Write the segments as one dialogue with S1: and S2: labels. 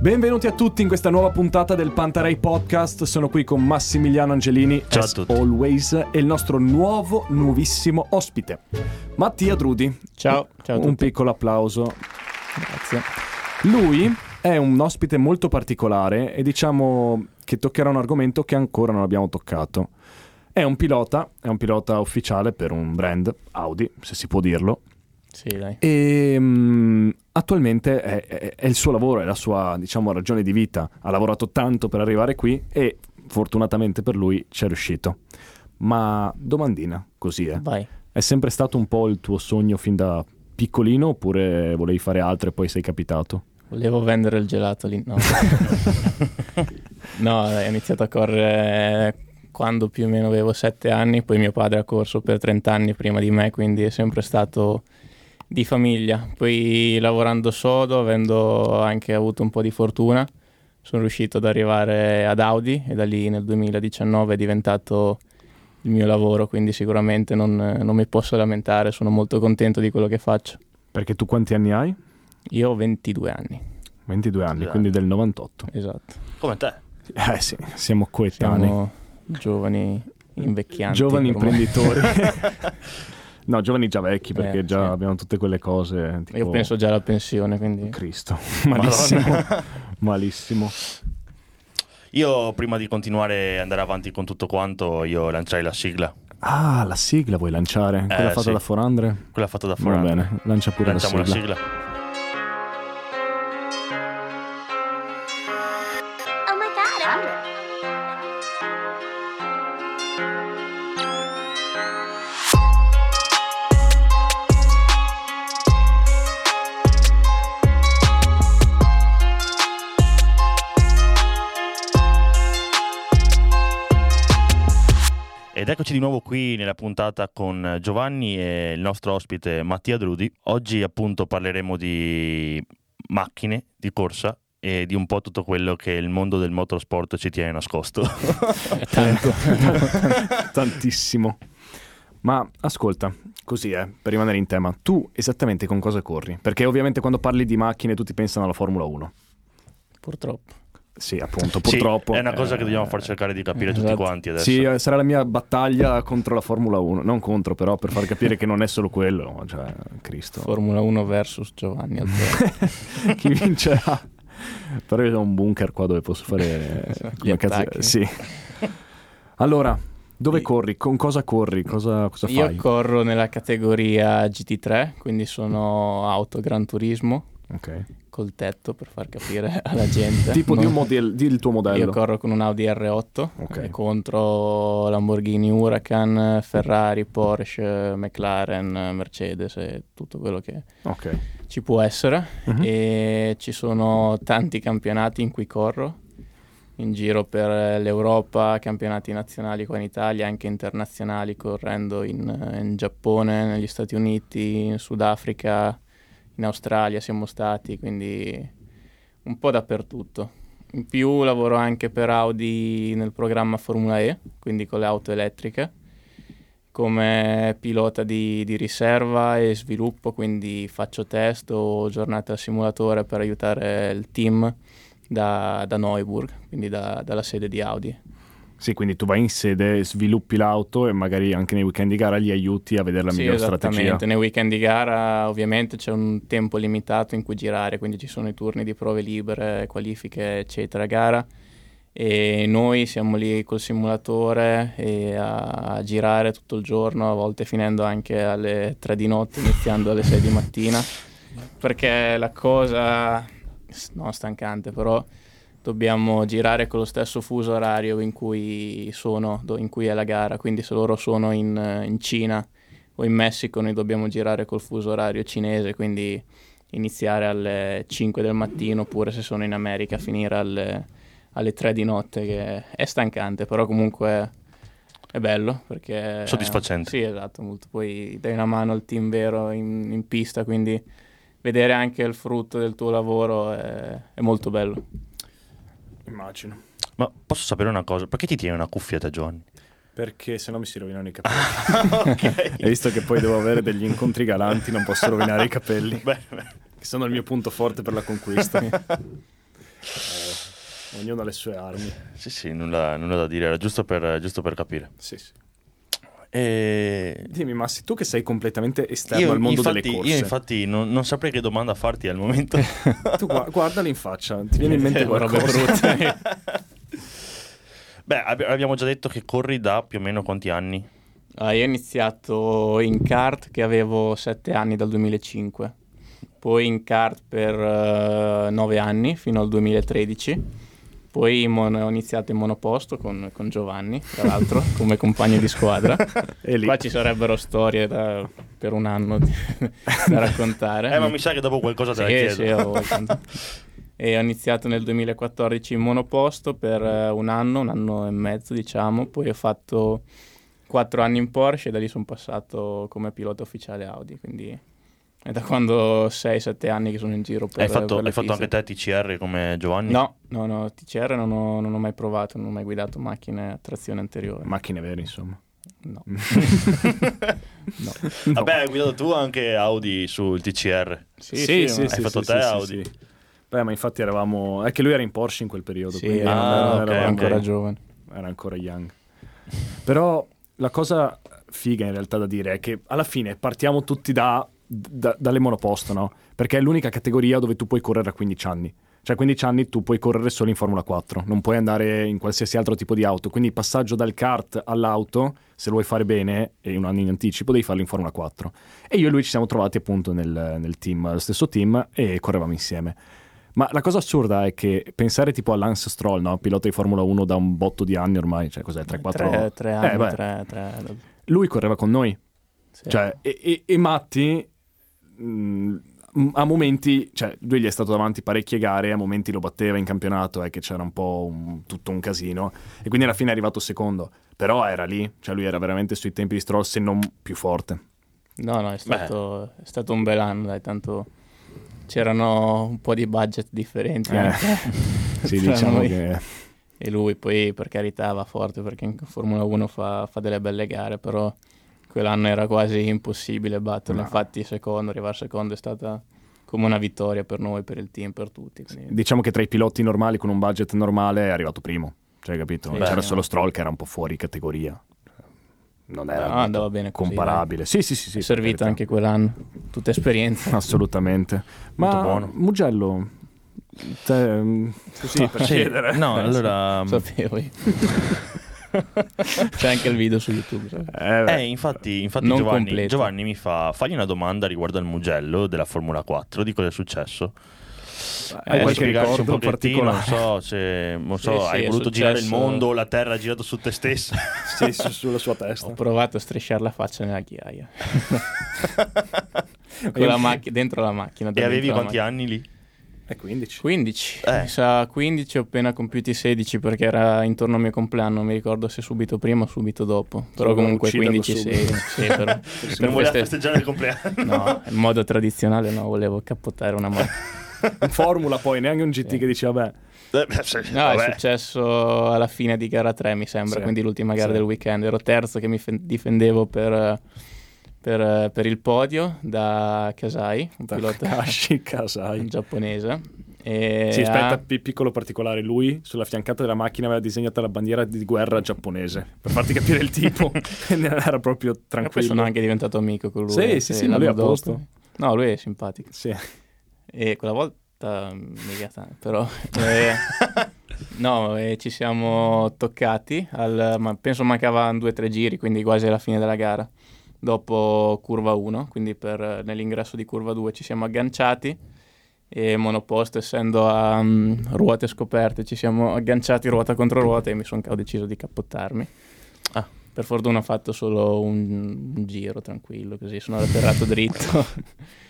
S1: Benvenuti a tutti in questa nuova puntata del Pantarei Podcast. Sono qui con Massimiliano Angelini,
S2: Ciao a
S1: as
S2: tutti.
S1: always, e il nostro nuovo, nuovissimo ospite, Mattia Drudi.
S3: Ciao, ciao a
S1: Un
S3: tutti.
S1: piccolo applauso.
S3: Grazie.
S1: Lui è un ospite molto particolare e diciamo che toccherà un argomento che ancora non abbiamo toccato. È un pilota, è un pilota ufficiale per un brand, Audi, se si può dirlo,
S3: Sì, dai.
S1: e mm, attualmente è, è- è il suo lavoro, è la sua diciamo, ragione di vita. Ha lavorato tanto per arrivare qui e fortunatamente per lui ci è riuscito. Ma domandina, così è.
S3: Vai.
S1: È sempre stato un po' il tuo sogno fin da piccolino oppure volevi fare altro e poi sei capitato?
S3: Volevo vendere il gelato lì. No. no, dai, ho iniziato a correre quando più o meno avevo 7 anni, poi mio padre ha corso per 30 anni prima di me, quindi è sempre stato di famiglia. Poi lavorando sodo, avendo anche avuto un po' di fortuna, sono riuscito ad arrivare ad Audi e da lì nel 2019 è diventato il mio lavoro, quindi sicuramente non- non mi posso lamentare, sono molto contento di quello che faccio.
S1: Perché tu quanti anni hai?
S3: Io ho 22 anni,
S1: 22 anni,
S2: Esatto.
S1: quindi del 98.
S3: esatto.
S2: Come te.
S1: Eh sì, siamo coetanei.
S3: Siamo giovani invecchianti.
S1: Giovani
S3: ormai.
S1: imprenditori. no, giovani già vecchi perché
S3: Eh,
S1: già
S3: sì.
S1: abbiamo tutte quelle cose.
S3: Io
S1: tipo-
S3: penso già alla pensione, quindi...
S1: Cristo, malissimo. malissimo.
S2: Io prima di continuare e andare avanti con tutto quanto, io lanciai la sigla,
S1: Ah, la sigla vuoi lanciare? Quella fatta
S2: Eh, sì.
S1: da Forandre?
S2: quella fatta da
S1: Va
S2: Forandre.
S1: bene, lancia pure
S2: Lanciamo
S1: la
S2: la
S1: sigla.
S2: sigla.
S4: Oh my god.
S2: Ed eccoci di nuovo qui nella puntata con Giovanni e il nostro ospite Mattia Drudi. Oggi appunto parleremo di macchine, di corsa e di un po' tutto quello che il mondo del motorsport ci tiene nascosto.
S3: Tanto.
S1: Tantissimo. Ma ascolta, così è, per rimanere in tema, tu esattamente con cosa corri? Perché ovviamente quando parli di macchine tutti pensano alla Formula 1.
S3: Purtroppo.
S1: Sì, appunto,
S2: Sì,
S1: purtroppo.
S2: è una cosa che dobbiamo
S1: eh,
S2: far cercare di capire tutti
S3: esatto.
S2: quanti adesso.
S1: Sì, eh, sarà la mia battaglia contro la Formula 1. Non contro, però, per far capire che non è solo quello. Cioè, Cristo.
S3: Formula 1 versus Giovanni Alberto.
S1: Chi vincerà? Però io ho un bunker qua dove posso fare. eh,
S3: Gli
S1: come cazzo-
S3: attacchi.
S1: Sì. Allora, dove
S3: Sì.
S1: corri? Con cosa corri? Cosa, cosa
S3: Io
S1: fai?
S3: corro nella categoria GT3, quindi sono auto Gran Turismo,
S1: Ok.
S3: col tetto per far capire alla gente.
S1: Tipo di
S3: Non-
S1: un model- di il tuo modello.
S3: Io corro con un Audi R8
S1: Ok.
S3: eh, contro Lamborghini Huracan, Ferrari, Porsche, McLaren, Mercedes e tutto quello che
S1: ok.
S3: ci può essere.
S1: Mhm.
S3: E ci sono tanti campionati in cui corro in giro per eh, l'Europa, campionati nazionali qua in Italia, anche internazionali, correndo in, eh, in Giappone, negli Stati Uniti, in Sudafrica, in Australia siamo stati, quindi un po' dappertutto. In più lavoro anche per Audi nel programma Formula E, quindi con le auto elettriche, come pilota di, di riserva e sviluppo, quindi faccio test o giornate al simulatore per aiutare il team da, da Neuburg, quindi da- dalla sede di Audi.
S1: Sì, quindi tu vai in sede, sviluppi l'auto e magari anche nei weekend di gara gli aiuti a vedere la
S3: sì,
S1: migliore
S3: esattamente.
S1: strategia.
S3: Nei weekend di gara ovviamente c'è un tempo limitato in cui girare, quindi ci sono i turni di prove libere, qualifiche, eccetera, gara. E noi siamo lì col simulatore e a, a girare tutto il giorno, a volte finendo anche alle 3 di notte, iniziando alle 6 di mattina. Perché la cosa, s- no, stancante, però dobbiamo girare con lo stesso fuso orario in cui sono, do- in cui è la gara. Quindi se loro sono in, eh, in Cina o in Messico noi dobbiamo girare col fuso orario cinese, quindi iniziare alle 5 del mattino oppure se sono in America finire alle, alle 3 di notte, che è stancante, però comunque è bello perché...
S2: Soddisfacente.
S3: Sì, esatto, molto. poi dai una mano al team vero in, in pista, quindi vedere anche il frutto del tuo lavoro è- è molto bello.
S1: Immagino.
S2: Ma posso sapere una cosa? Perché ti tiene una cuffia te Giovanni?
S1: Perché sennò mi si rovinano i capelli.
S2: ok.
S1: E visto che poi devo avere degli incontri galanti, non posso rovinare i capelli.
S2: Beh, beh.
S1: Che sono il mio punto forte per la conquista. Eh, ognuno ha le sue armi.
S2: Sì, sì, nulla, nulla da dire, era giusto per, giusto per capire.
S1: Sì, sì.
S2: E...
S1: Dimmi, Massi, tu che sei completamente esterno al mondo
S2: infatti,
S1: delle corse.
S2: io infatti non, non saprei che domanda farti al momento.
S1: Tu gua- guardali in faccia, ti viene in mente
S3: Eh, robe
S1: qualcosa.
S3: brutte.
S2: Beh, abbi- abbiamo già detto che corri da più o meno quanti anni?
S3: Ah, io ho iniziato in kart che avevo 7 anni dal 2005, poi in kart per 9 anni fino al 2013, poi in mon- ho iniziato in monoposto con, con Giovanni, tra l'altro, come compagno di squadra.
S1: E lì.
S3: Qua ci sarebbero storie da- per un anno di- da raccontare.
S2: Eh, ma mi sa che dopo qualcosa te la
S3: Sì,
S2: chiedo.
S3: sì, ho- e ho iniziato nel 2014 in monoposto per eh, un anno, un anno e mezzo diciamo, poi ho fatto quattro anni in Porsche e da lì sono passato come pilota ufficiale Audi, quindi è da quando 6-7 anni che sono in giro per
S2: hai fatto,
S3: per le
S2: hai fatto
S3: piste.
S2: anche te TCR come Giovanni?
S3: No, no, no, TCR non ho, non ho mai provato, non ho mai guidato macchine a trazione anteriore.
S1: Macchine vere, insomma.
S3: No.
S2: Vabbè, hai guidato tu anche Audi sul TCR.
S3: Sì,
S2: sì, sì. Hai fatto te,
S1: sì.
S2: Audi?
S1: Beh, ma infatti eravamo... È che lui era in Porsche in quel periodo,
S3: Sì,
S1: quindi
S3: ero-
S1: non
S2: Ah,
S1: era-
S2: ok,
S1: eravamo
S3: ero ancora
S2: ok.
S3: giovane.
S1: era ancora young. Però la cosa figa in realtà da dire è che alla fine partiamo tutti da, da- dalle monoposto, no? Perché è l'unica categoria dove tu puoi correre a 15 anni. Cioè a 15 anni tu puoi correre solo in Formula 4, non puoi andare in qualsiasi altro tipo di auto. Quindi il passaggio dal kart all'auto, se lo vuoi fare bene e un anno in anticipo, devi farlo in Formula 4. E io e lui ci siamo trovati appunto nel, nel team, lo stesso team, e correvamo insieme. Ma la cosa assurda è che pensare tipo a Lance Stroll, no? pilota di Formula 1 da un botto di anni ormai, cioè cos'è, 3-4
S3: Tre, tre
S1: Eh,
S3: anni,
S1: beh.
S3: tre, tre-
S1: Lui correva con noi,
S3: sì.
S1: cioè, e, e- e Matti mh, a momenti, cioè lui gli è stato davanti parecchie gare, a momenti lo batteva in campionato, è che c'era un po' un- tutto un casino e quindi alla fine è arrivato secondo, però era lì, cioè lui era veramente sui tempi di Stroll se non più forte.
S3: No, no, è stato, è stato un bel anno, dai, tanto c'erano un po' di budget differenti
S1: Eh,
S3: anche
S1: Sì,
S3: tra
S1: diciamo
S3: Cioè, noi.
S1: che...
S3: E lui poi, per carità, va forte perché in Formula 1 fa, fa delle belle gare, però quell'anno era quasi impossibile batterlo,
S1: No.
S3: infatti secondo, arrivare secondo è stata come una vittoria per noi, per il team, per tutti. quindi-
S1: Diciamo che tra i piloti normali con un budget normale è arrivato primo, cioè capito?
S3: Sì,
S1: C'era
S3: sì.
S1: solo Stroll che era un po' fuori categoria. Non
S3: No,
S1: era
S3: Ah, andava bene così,
S1: comparabile. sì, sì, sì, sì. per
S3: dai. È servita
S1: carità.
S3: anche quell'anno, tutta esperienza.
S1: assolutamente. Ma
S2: buono.
S1: Mugello te, mm, così per chiedere.
S2: No,
S1: Ehm.
S2: allora...
S3: Sapevo io. C'è anche il video su YouTube. sai.
S1: Eh, beh.
S2: Eh, infatti, infatti
S3: Non
S2: Giovanni,
S3: completo.
S2: Giovanni mi fa fagli una domanda riguardo al Mugello della Formula 4, di cosa è successo.
S1: Hai
S2: Eh,
S1: qualche
S2: spiegarci un
S1: ricordo
S2: pochettino, non
S1: particolare?
S2: so, se, non
S3: Sì,
S2: so
S3: sì,
S2: hai
S3: è
S2: voluto girare il
S3: successo-
S2: mondo, la terra ha girato su te stessa.
S1: Sì, su- sulla sua
S3: Ho
S1: testa.
S3: provato a strisciare la faccia nella ghiaia. Con la macchina, dentro la macchina.
S2: e
S3: dentro
S2: avevi
S3: la
S2: quanti
S3: macchina.
S2: anni lì?
S1: È 15.
S3: 15.
S2: Eh.
S3: Mi sa 15, ho appena compiuti 16 perché era intorno al mio compleanno, non mi ricordo se subito prima o subito dopo. Però
S1: Sì,
S3: comunque
S1: ucciderlo
S3: 15 sì,
S1: subito.
S3: sì, però- per
S2: non voleva
S3: feste-
S2: festeggiare il compleanno.
S3: No, in modo tradizionale no, volevo cappottare una macchina.
S1: Formula poi, neanche un GT
S3: Sì.
S1: che dice vabbè.
S2: Eh, beh, sì,
S3: No,
S2: vabbè.
S3: è successo alla fine di gara 3 mi sembra,
S1: Sì.
S3: quindi l'ultima gara
S1: Sì.
S3: del weekend. Ero terzo che mi fen- difendevo per... per- per il podio da Kasai, un pilota
S1: Takashi Kasai.
S3: giapponese. E
S1: Sì, aspetta,
S3: ha-
S1: pi- piccolo particolare, lui sulla fiancata della macchina aveva disegnata la bandiera di guerra giapponese, per farti capire il tipo, era proprio
S3: e poi sono
S1: tranquillo.
S3: anche diventato amico con lui.
S1: Sì, sì, sì, ma
S3: l'anno
S1: lui è a
S3: dopo.
S1: posto.
S3: No, lui è simpatico.
S1: Sì.
S3: E quella volta, mm, mica tanto, però... eh, no, eh, ci siamo toccati, al, ma penso mancavano due o tre giri, quindi quasi alla fine della gara. Dopo curva 1, quindi per- eh, nell'ingresso di curva 2 ci siamo agganciati e monoposto essendo a mm, ruote scoperte ci siamo agganciati ruota contro ruota e mi son- ho deciso di cappottarmi.
S2: Ah.
S3: Per fortuna ho fatto solo un, un giro tranquillo, così sono atterrato dritto.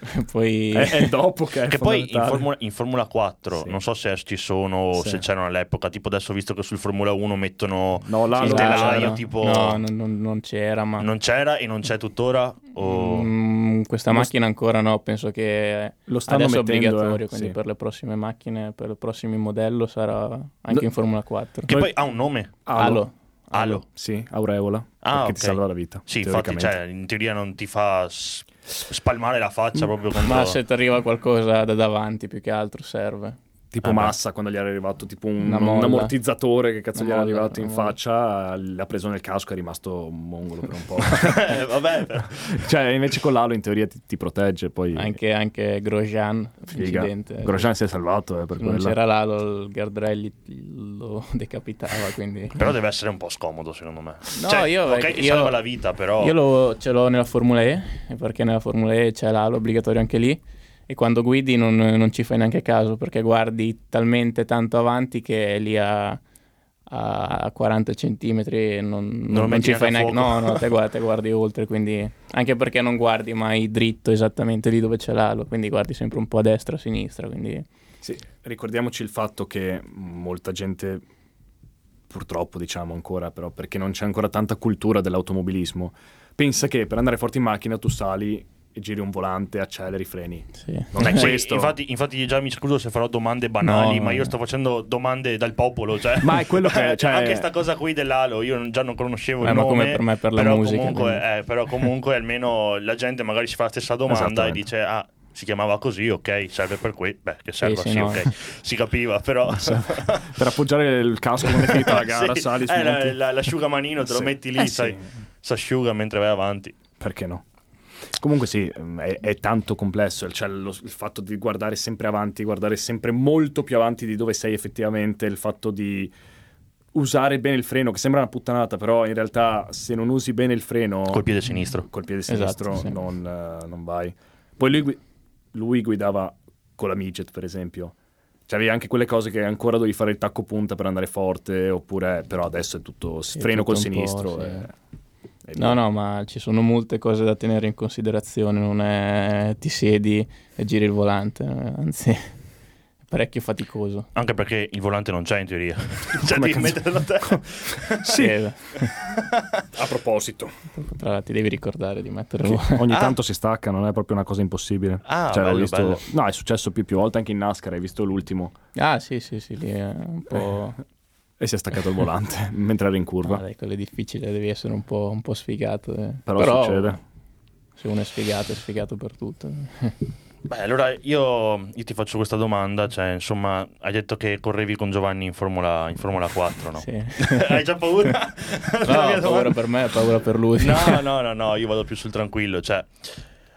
S3: E Poi...
S1: È, è dopo che è
S2: Che poi in
S1: fondamentale.
S2: Formula, in Formula 4,
S1: Sì.
S2: non so se ci sono o
S1: Sì.
S2: se c'erano all'epoca, tipo adesso ho visto che sul Formula 1 mettono...
S1: No, là
S2: Il
S1: lo-
S2: telaio,
S1: c'era.
S2: tipo-
S3: No, non, non- non c'era, ma...
S2: Non c'era e non c'è tuttora? O...
S3: Ah. Mm, questa
S1: Lo-
S3: macchina ancora no, penso che
S1: Lo stanno
S3: adesso è
S1: mettendo,
S3: obbligatorio,
S1: eh,
S3: quindi
S1: sì.
S3: per le prossime macchine, per i prossimi modello sarà anche
S1: No-
S3: in Formula 4.
S2: Che
S1: Noi-
S2: poi ha un nome,
S1: Alo.
S3: Ah,
S2: Alo.
S1: Sì, aureola,
S2: Ah,
S1: perché
S2: ok.
S1: ti salva la vita.
S2: Sì, infatti,
S1: teoricamente.
S2: cioè, in teoria non ti fa s-
S3: Mm.
S2: spalmare la faccia proprio contro...
S3: Ma se ti arriva qualcosa da davanti più che altro serve.
S1: Tipo
S2: Ah, beh.
S1: Massa quando gli era arrivato tipo un,
S3: Una
S1: un
S3: molla.
S1: ammortizzatore che cazzo
S3: Una
S1: gli era
S3: molla,
S1: arrivato in
S3: una molla.
S1: faccia, l'ha preso nel casco e è rimasto un mongolo per un po'.
S2: Eh, vabbè, però.
S1: cioè invece con l'alo in teoria ti, ti protegge, poi
S3: Anche, anche Grosjean,
S1: figa.
S3: incidente.
S1: Grosjean si è salvato eh, per
S3: Se non
S1: quello.
S3: c'era l'alo, il Gardraelli lo decapitava, quindi...
S2: Però deve essere un po' scomodo, secondo me.
S3: No,
S2: Cioè,
S3: io-
S2: ok, ti
S3: io-
S2: salva la vita, però.
S3: Io lo- ce l'ho nella Formula E, perché nella Formula E c'è l'alo obbligatorio anche lì. E quando guidi non, non ci fai neanche caso perché guardi talmente tanto avanti che è lì a, a- a 40 centimetri e non, non- non
S2: metti
S3: ci fai
S2: neanche a
S3: neanche.
S2: fuoco.
S3: No, no, te guardi, te guardi oltre. Quindi, anche perché non guardi mai dritto esattamente lì dove c'è l'alo, quindi guardi sempre un po' a destra, a sinistra. Quindi
S1: Sì, ricordiamoci il fatto che molta gente, purtroppo diciamo ancora, però perché non c'è ancora tanta cultura dell'automobilismo, pensa che per andare forte in macchina tu sali e giri un volante, acceleri, freni.
S3: sì.
S1: Non è
S2: Eh, Sì,
S1: questo.
S2: Infatti, infatti già mi scuso se farò domande banali,
S3: No.
S2: ma io sto facendo domande dal popolo. Cioè.
S1: Ma è quello che- cioè-
S2: Anche sta cosa qui dell'alo, io non- già non conoscevo
S3: Eh,
S2: il
S3: ma
S2: nome.
S3: come per me per la
S2: però
S3: musica,
S2: Comunque,
S3: quindi.
S2: eh, però comunque almeno la gente magari si fa la stessa domanda e
S1: Esattamente.
S2: dice, ah, si chiamava così, ok, serve per qui. Beh, che serve, sì,
S3: sì, no.
S2: ok. Si capiva, però...
S1: Per appoggiare il casco quando è finita la gara,
S2: Sì.
S1: sali,
S2: Eh, la-
S1: smonti.
S2: la- L'asciugamanino te lo
S1: Sì.
S2: metti lì,
S1: Eh,
S2: sai,
S1: sì.
S2: si asciuga mentre vai avanti.
S1: Perché no? Comunque sì, mm, è, è tanto complesso, cioè lo- il fatto di guardare sempre avanti, guardare sempre molto più avanti di dove sei effettivamente, il fatto di usare bene il freno, che sembra una puttanata, però in realtà se non usi bene il freno
S2: Col piede sinistro.
S1: col piede
S3: Esatto,
S1: sinistro
S3: sì.
S1: non, eh, non vai. Poi lui, gui- lui guidava con la midget, per esempio. Cioè, avevi anche quelle cose che ancora dovevi fare il tacco punta per andare forte, oppure, però adesso è tutto s-
S3: Sì,
S1: freno
S3: tutto
S1: col
S3: un po',
S1: sinistro. eh.
S3: sì.
S1: e- e
S3: No, no, ma ci sono molte cose da tenere in considerazione, non è ti siedi e giri il volante, eh, anzi è parecchio faticoso.
S2: Anche perché il volante non c'è in teoria. cioè,
S1: Come
S2: devi
S1: cazzo-
S2: metterlo te.
S1: Sì.
S3: Eh,
S1: A proposito,
S3: tra l'altro ti devi ricordare di mettere il
S1: Sì,
S3: volante.
S1: ogni
S2: Ah.
S1: tanto si stacca, non è proprio una cosa impossibile.
S2: Ah,
S1: Cioè, l'ho
S2: bello,
S1: visto-
S2: bello.
S1: No, è successo più, più volte anche in NASCAR, hai visto l'ultimo
S3: Ah sì, sì, sì, lì è un po'...
S2: Eh,
S1: e si è staccato il volante mentre era in curva.
S3: Ah, dai, quello è difficile, devi essere un po', un po' sfigato. eh.
S1: Però, succede.
S3: Se uno è sfigato, è sfigato per tutto.
S2: Beh, allora io, io ti faccio questa domanda. Cioè, insomma, hai detto che correvi con Giovanni in Formula, in Formula 4, no?
S3: Sì.
S2: hai già paura?
S3: No,
S2: Della mia
S3: ho paura
S2: domanda?
S3: per me, ho paura per lui.
S2: No, no, no, no, io vado più sul tranquillo. Cioè,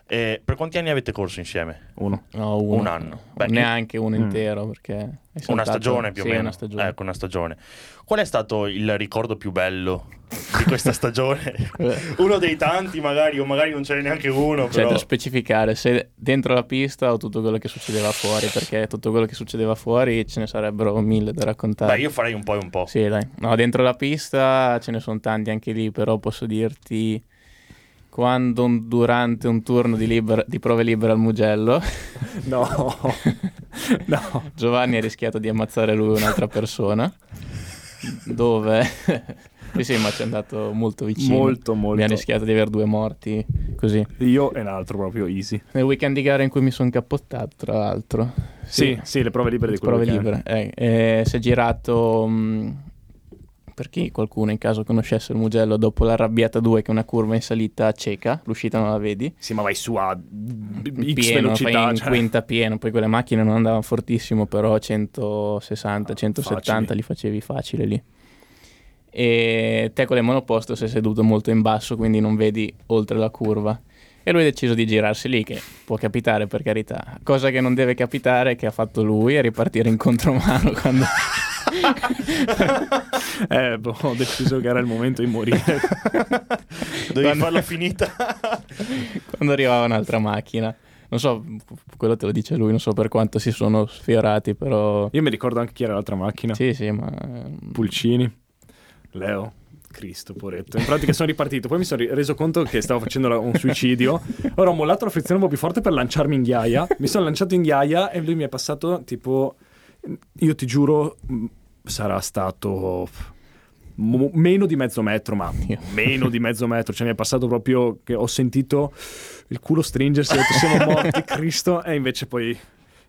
S2: eh, per quanti anni avete corso insieme?
S1: Uno.
S3: No, uno.
S2: Un anno. Beh,
S3: Neanche uno
S1: Mm.
S3: intero, perché... hai
S2: Una
S3: saltato-
S2: stagione più o
S3: sì,
S2: meno.
S3: una stagione.
S2: Ecco, una stagione. Qual è stato il ricordo più bello di questa stagione? uno dei tanti, magari, o magari non ce n'è neanche uno.
S3: Cioè,
S2: Però.
S3: Eh. da specificare se dentro la pista o tutto quello che succedeva fuori, perché tutto quello che succedeva fuori ce ne sarebbero mille da raccontare.
S2: Beh, io farei un po' e un po'.
S3: Sì, dai. No, dentro la pista ce ne sono tanti anche lì, però posso dirti quando un- durante un turno di, liber- di prove libere al Mugello
S1: No, no.
S3: Giovanni ha rischiato di ammazzare lui e un'altra persona, dove... sì, sì, ma ci è andato molto vicino.
S1: Molto, molto.
S3: Abbiamo rischiato di avere due morti, così.
S1: Io e un altro proprio, easy.
S3: Nel weekend di gara in cui mi sono cappottato, tra l'altro.
S1: Sì, sì, le prove libere di quello
S3: prove
S1: weekend.
S3: libere. Eh, eh, si è girato mh, per chi qualcuno in caso conoscesse il Mugello dopo l'arrabbiata 2 che è una curva in salita cieca, l'uscita non la vedi.
S1: Sì, ma vai su a b- X
S3: Pieno, fai
S1: velocità.
S3: in
S1: cioè.
S3: quinta pieno, poi quelle macchine non andavano fortissimo, però 160,
S1: Ah,
S3: 170
S1: facili.
S3: li facevi facile lì. E te con le monoposto sei seduto molto in basso, quindi non vedi oltre la curva. E lui ha deciso di girarsi lì, che può capitare per carità. Cosa che non deve capitare, che ha fatto lui, è ripartire in contromano quando...
S1: Eh, boh, ho deciso che era il momento di morire.
S2: Devi
S3: Quando-
S2: farla finita.
S3: quando arrivava un'altra macchina. Non so, quello te lo dice lui, non so per quanto si sono sfiorati, però...
S1: Io mi ricordo anche chi era l'altra macchina.
S3: Sì, sì, ma...
S1: Pulcini, Leo. Cristo, poretto. In pratica sono ripartito, poi mi sono ri- reso conto che stavo facendo la- un suicidio. Ora ho mollato la frizione un po' più forte per lanciarmi in ghiaia. Mi sono lanciato in ghiaia e lui mi è passato tipo. Io ti giuro, mh, sarà stato. mo- meno di mezzo metro, ma
S3: Dio.
S1: meno di mezzo metro, cioè mi è passato proprio che ho sentito il culo stringersi, ho detto siamo morti, Cristo, e invece poi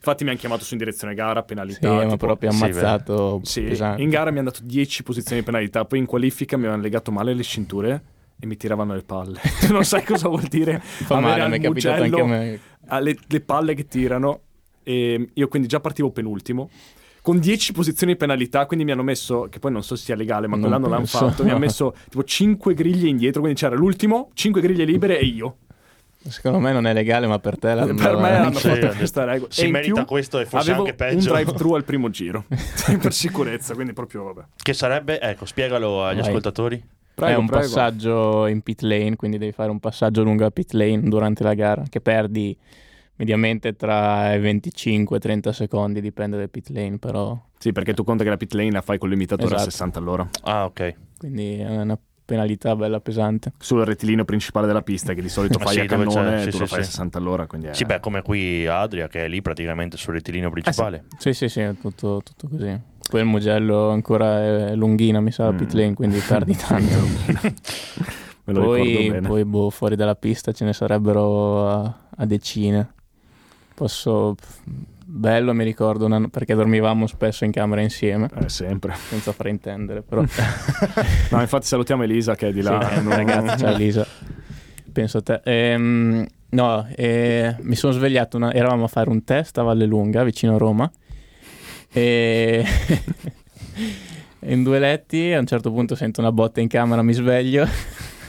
S1: infatti mi hanno chiamato su in direzione gara,
S3: Sì,
S1: penalità,
S3: ma
S1: tipo-
S3: proprio
S2: sì,
S3: ammazzato
S1: sì,
S3: pesante.
S1: in gara mi hanno dato 10 posizioni di penalità, poi in qualifica mi avevano legato male le cinture e mi tiravano le palle. tu non sai cosa vuol dire
S3: Fa
S1: avere
S3: male,
S1: al
S3: mi è capitato
S1: Mugello
S3: anche a me.
S1: alle- le palle che tirano. E io quindi già partivo penultimo. Con 10 posizioni di penalità, quindi mi hanno messo, che poi non so se sia legale, ma
S3: Non
S1: quell'anno l'hanno
S3: penso.
S1: fatto, mi hanno messo tipo 5 griglie indietro, quindi c'era l'ultimo, 5 griglie libere e io.
S3: Secondo me non è legale, ma per te la
S1: per me hanno
S2: sì,
S1: fatto
S2: sì.
S1: questa regola.
S2: Si
S1: E in
S2: merita
S1: più
S2: questo e forse
S1: avevo
S2: anche peggio.
S1: un drive-thru al primo giro, per sicurezza, quindi proprio vabbè.
S2: Che sarebbe, ecco, spiegalo agli
S3: Vai.
S2: ascoltatori.
S1: Prego,
S3: è un
S1: prego.
S3: passaggio in pit lane, quindi devi fare un passaggio lungo a pit lane durante la gara, che perdi mediamente tra i 25 e 30 secondi, dipende dal pit lane, però
S1: Sì, perché tu conta che la pit lane la fai con l'imitatore a
S3: Esatto.
S1: 60 all'ora.
S2: Ah, ok.
S3: quindi è una penalità bella pesante.
S1: Sul rettilineo principale della pista, che di solito
S2: Ma
S1: fai
S2: sì,
S1: a
S2: dove c'è-
S1: cannone,
S2: sì,
S1: tu lo
S2: sì,
S1: fai a
S2: sì.
S1: 60 all'ora. Quindi è-
S2: Sì, beh, come qui Adria, che è lì praticamente sul rettilineo principale.
S3: Eh, Sì, sì, sì, è tutto, tutto così. Poi il Mugello ancora è lunghina, mi sa, la pit
S1: Mm.
S3: lane, quindi perdi tanto.
S1: Me lo ricordo
S3: Poi,
S1: bene.
S3: poi, boh, fuori dalla pista ce ne sarebbero a, a decine. Posso... Bello, mi ricordo, un anno- perché dormivamo spesso in camera insieme,
S1: Eh, sempre.
S3: senza fraintendere, però...
S1: No, infatti salutiamo Elisa che è di là.
S3: Sì, eh,
S1: Non-
S3: ragazzi, ciao Elisa. Penso a te. Ehm, no, eh, mi sono svegliato, una- eravamo a fare un test a Valle Lunga, vicino a Roma. E... in due letti, a un certo punto sento una botta in camera, mi sveglio.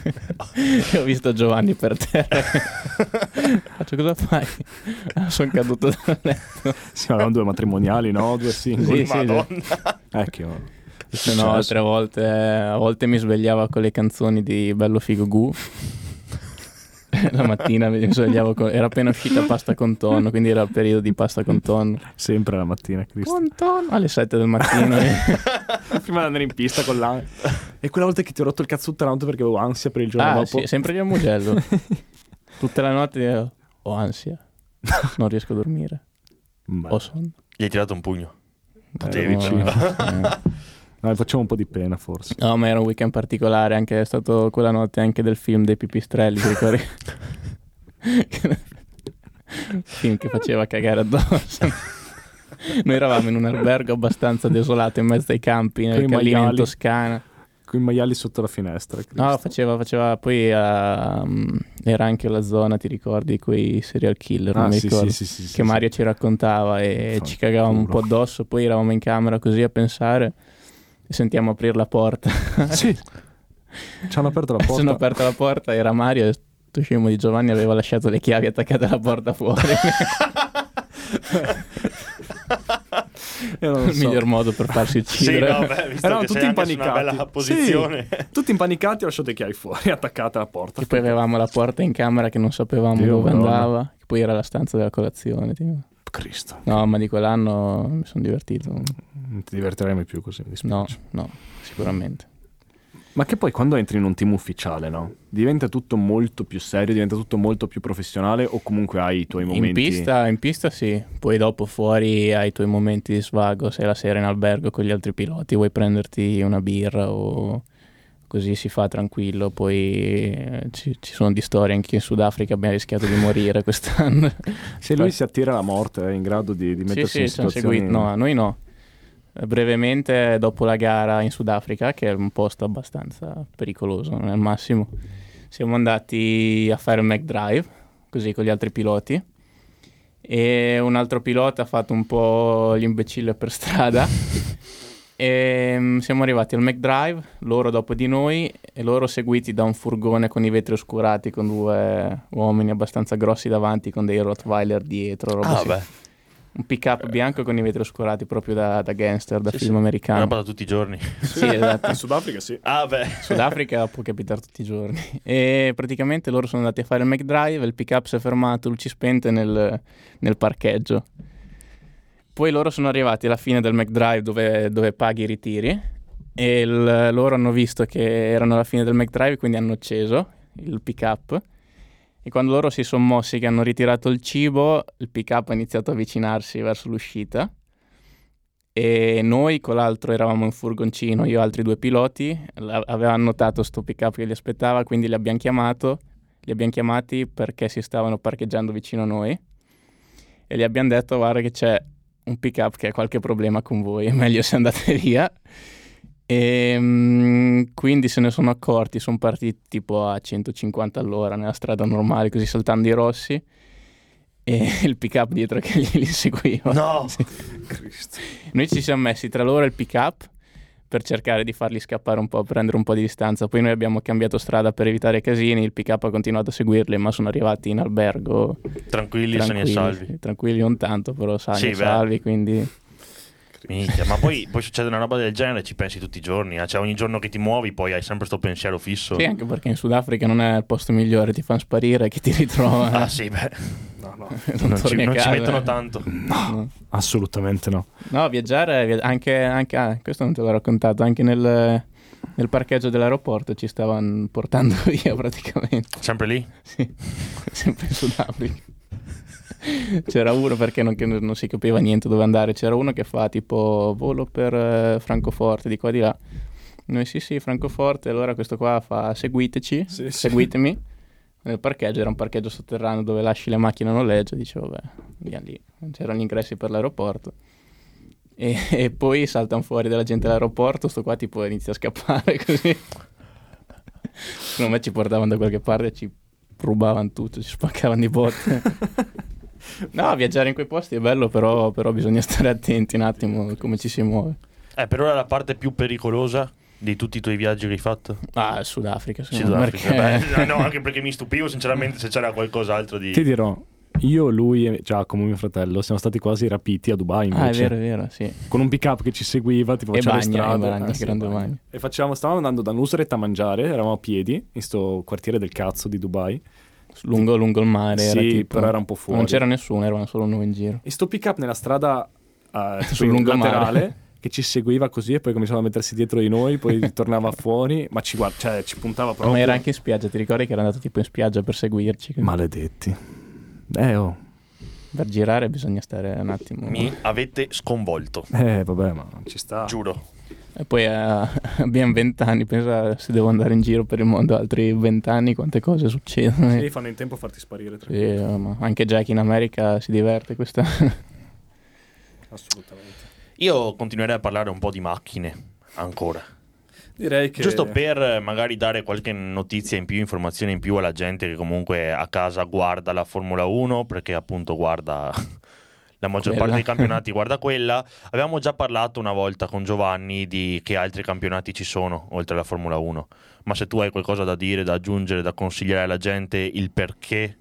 S3: e ho visto Giovanni per terra. Faccio cosa fai? sono caduto dal letto.
S1: Sì, ma erano due matrimoniali, no? Due singoli.
S3: Sì, sì, sì.
S2: Madonna.
S1: Ecco.
S3: Se no, altre volte, a volte mi svegliava con le canzoni di Bello Figo Gu. La mattina mi svegliavo, con- era appena uscita pasta con tonno, quindi era il periodo di pasta con tonno.
S1: Sempre la mattina, Cristo.
S3: Con tonno Cioè, alle 7 del mattino.
S1: Prima di andare in pista con l'an. E quella volta che ti ho rotto il cazzo tutta la notte perché avevo ansia per il giorno
S3: ah,
S1: dopo.
S3: sì, sempre lì al Mugello. Tutta la notte io ho ansia, non riesco a dormire,
S1: Ma-
S3: ho sonno.
S2: Gli hai tirato un pugno. Potevi.
S1: Eh, vicino.
S3: no,
S1: Dai, facciamo un po' di pena, forse.
S3: no, ma era un weekend particolare, anche, è stato quella notte anche del film dei pipistrelli, ti ricordi? film che faceva cagare addosso. Noi eravamo in un albergo abbastanza desolato in mezzo ai campi, nel
S1: Coi
S3: Calino in
S1: maiali.
S3: Toscana.
S1: Con i maiali sotto la finestra. Cristo.
S3: No, faceva, faceva poi ehm, era anche la zona, ti ricordi, quei serial killer, non
S1: Ah,
S3: mi
S1: sì,
S3: ricordo.
S1: sì, sì, sì, sì,
S3: che Mario ci raccontava e
S1: Fa
S3: ci cagavamo un
S1: culo.
S3: po' addosso, poi eravamo in camera così a pensare e sentiamo aprire la porta.
S1: Sì. Ci hanno aperto la porta.
S3: Sono aperta la porta, era Mario e sto scemo di Giovanni aveva lasciato le chiavi attaccate alla porta fuori.
S1: Eh, non
S3: il
S1: so.
S3: miglior modo per farsi
S2: Sì,
S3: uccidere.
S2: no, beh, visto
S1: Erano
S2: che
S1: tutti
S2: sei anche su una
S1: impanicati.
S2: bella posizione.
S1: Sì, tutti impanicati, ho lasciato i chiavi fuori, attaccata alla porta.
S3: Che poi avevamo la porta in camera che non sapevamo
S1: Dio,
S3: dove
S1: Madonna.
S3: andava. Che poi era la stanza della colazione. tipo.
S1: Cristo,
S3: No, ma di quell'anno mi sono divertito.
S1: non ti divertirai mai più così, mi dispiace.
S3: No, no, sicuramente.
S1: Ma che poi quando entri in un team ufficiale, no? Diventa tutto molto più serio, diventa tutto molto più professionale o comunque hai i tuoi momenti?
S3: In pista, in pista sì, poi dopo fuori hai i tuoi momenti di svago, sei la sera in albergo con gli altri piloti, vuoi prenderti una birra o così si fa tranquillo, poi eh, ci, ci sono di storie, anche in Sudafrica abbiamo rischiato di morire quest'anno.
S1: Se lui si attira alla morte è in grado di, di
S3: sì,
S1: mettersi
S3: sì,
S1: in
S3: ci hanno
S1: situazioni...
S3: seguito, no, a noi no. Eh, Brevemente dopo la gara in Sudafrica, che è un posto abbastanza pericoloso, non è il massimo, siamo andati a fare un McDrive, così con gli altri piloti, e un altro pilota ha fatto un po' l'imbecille per strada. E mm, siamo arrivati al McDrive, loro dopo di noi, e loro seguiti da un furgone con i vetri oscurati, con due uomini abbastanza grossi davanti, con dei Rottweiler dietro, roba
S2: Ah,
S3: sì.
S2: beh,
S3: Un pick up bianco con i vetri oscurati proprio da, da gangster, da
S2: Eh. Sì,
S3: film
S2: sì. è una
S3: americano.
S2: cosa tutti i giorni.
S3: Sì, esatto.
S1: Eh, In Sudafrica sì.
S2: Ah, beh.
S3: Sudafrica può capitare tutti i giorni. E praticamente loro sono andati a fare il McDrive, il pick up si è fermato, luci spente nel, nel parcheggio. Poi loro sono arrivati alla fine del McDrive dove, dove paghi i ritiri e il- loro hanno visto che erano alla fine del McDrive quindi hanno acceso il pick up e quando loro si sono mossi che hanno ritirato il cibo il pick up ha iniziato a avvicinarsi verso l'uscita e noi con l'altro eravamo in furgoncino, io e altri due piloti, la- avevano notato sto pick up che li aspettava, quindi li abbiamo chiamato, li abbiamo chiamati perché si stavano parcheggiando vicino a noi e gli abbiamo detto guarda che c'è un pick up che ha qualche problema con voi, è meglio se andate via. E mm, quindi se ne sono accorti, sono partiti tipo a 150 all'ora nella strada normale, così saltando i rossi. e il pick up dietro che li, li seguiva.
S2: No!
S3: Noi ci siamo messi tra loro e il pick up per cercare di farli scappare un po', prendere un po' di distanza. Poi noi abbiamo cambiato strada per evitare casini, il pick up ha continuato a seguirli, ma sono arrivati in albergo
S2: Tranquilli, sani e salvi.
S3: sì, tranquilli non tanto, però sani
S2: Sì,
S3: e
S2: beh.
S3: salvi, quindi
S2: Minchia, ma poi, poi succede una roba del genere e ci pensi tutti i giorni. eh. Cioè, ogni giorno che ti muovi, poi hai sempre sto pensiero fisso.
S3: Sì, anche perché in Sudafrica non è il posto migliore, ti fanno sparire chi ti ritrova.
S2: Ah, sì, beh.
S1: No, no,
S3: non
S2: Non, ci,
S3: torni a
S2: non ci
S3: casa.
S2: mettono tanto.
S3: No.
S1: assolutamente no.
S3: No, viaggiare, via- anche, anche- ah, questo non te l'ho raccontato, anche nel, nel parcheggio dell'aeroporto ci stavano portando via praticamente,
S2: Sempre lì?
S3: Sì, sempre in Sudafrica. C'era uno perché non, che non si capiva niente dove andare, c'era uno che fa tipo volo per eh, Francoforte di qua di là. Noi sì sì, Francoforte, allora questo qua fa seguiteci,
S1: Sì, sì.
S3: seguitemi. Nel parcheggio era un parcheggio sotterraneo dove lasci le macchine a noleggio, dicevo vabbè, andiamo lì, c'erano gli ingressi per l'aeroporto. E, e poi saltano fuori della gente all'aeroporto, sto qua tipo inizia a scappare così. Secondo me ci portavano da qualche parte, ci rubavano tutto, ci spaccavano di botte. No, viaggiare in quei posti è bello, però, però bisogna stare attenti un attimo come ci si muove.
S2: Eh, per ora la parte più pericolosa di tutti i tuoi viaggi che hai fatto?
S3: Ah, il Sudafrica, secondo me.
S2: Sudafrica.
S3: perché-
S2: Beh, no, anche perché mi stupivo sinceramente se c'era qualcos'altro di...
S1: Ti dirò, io, lui e Giacomo, mio fratello, siamo stati quasi rapiti a Dubai invece.
S3: Ah, è vero, è vero, sì.
S1: Con un pick up che ci seguiva, tipo
S3: E
S1: faceva le
S3: bagna, e
S1: strade.
S3: bagna, grande
S1: bagna.
S3: bagna.
S1: E facevamo, stavamo andando da Nusret a mangiare, eravamo a piedi in sto quartiere del cazzo di Dubai.
S3: Lungo, lungo il mare. era
S1: sì,
S3: tipo-
S1: però era un po' fuori.
S3: Non c'era nessuno, eravamo solo noi in giro.
S1: E sto pick up nella strada eh, tipo
S3: Sul
S1: in
S3: lungomare.
S1: laterale che ci seguiva così e poi cominciava a mettersi dietro di noi, poi tornava fuori, ma ci, guard- cioè, ci puntava proprio.
S3: Ma era anche in spiaggia, ti ricordi che era andato tipo in spiaggia per seguirci?
S1: Maledetti. Eh, oh.
S3: Per girare bisogna stare un attimo.
S2: Mi avete sconvolto,
S1: Eh, vabbè, ma non ci sta.
S2: giuro.
S3: E poi eh, abbiamo vent'anni, pensa se devo andare in giro per il mondo altri vent'anni quante cose succedono.
S1: Sì, fanno in tempo a farti sparire.
S3: Sì, eh, ma anche Jack in America si diverte questa.
S1: Assolutamente.
S2: Io continuerei a parlare un po' di macchine, ancora.
S1: Direi che...
S2: Giusto per eh, magari dare qualche notizia in più, informazione in più alla gente che comunque a casa guarda la Formula 1, perché appunto guarda la maggior
S3: Quella.
S2: parte dei campionati guarda quella. Abbiamo già parlato una volta con Giovanni di che altri campionati ci sono oltre alla Formula 1, ma se tu hai qualcosa da dire, da aggiungere, da consigliare alla gente il perché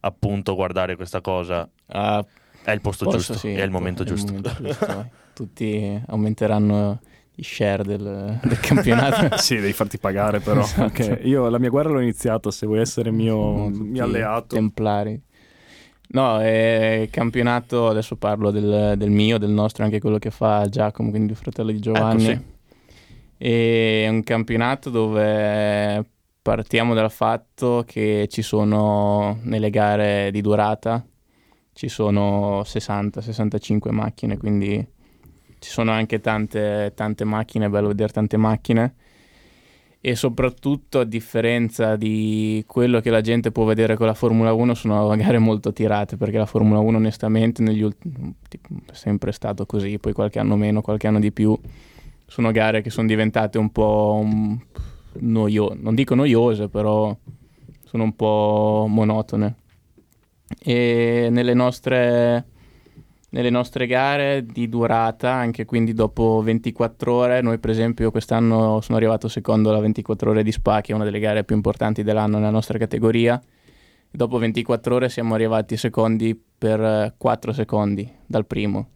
S2: appunto guardare questa cosa
S3: Ah,
S2: è il posto
S3: forse
S2: giusto,
S3: sì, ecco,
S2: è il momento giusto.
S3: momento giusto, vai. Tutti aumenteranno i share del, del campionato.
S1: Sì, devi farti pagare però.
S3: Esatto.
S1: Perché Io la mia guerra l'ho iniziata, se vuoi essere mio,
S3: Sono tutti
S1: mio alleato.
S3: Templari. No, eh, campionato, adesso parlo del, del mio, del nostro, anche quello che fa Giacomo, quindi il fratello di Giovanni.
S2: Ecco,
S3: È un campionato dove partiamo dal fatto che ci sono nelle gare di durata ci sono 60-65 macchine, quindi ci sono anche tante, tante macchine, è bello vedere tante macchine. E soprattutto, a differenza di quello che la gente può vedere con la Formula 1, sono gare molto tirate, perché la Formula 1 onestamente negli ultimi, è sempre stato così, poi qualche anno meno, qualche anno di più, sono gare che sono diventate un po' mm, noio- non dico noiose, però sono un po' monotone e nelle nostre, nelle nostre gare di durata, anche quindi dopo 24 ore, noi per esempio quest'anno sono arrivato secondo alla 24 ore di Spa, che è una delle gare più importanti dell'anno nella nostra categoria. Dopo 24 ore siamo arrivati secondi per 4 secondi dal primo,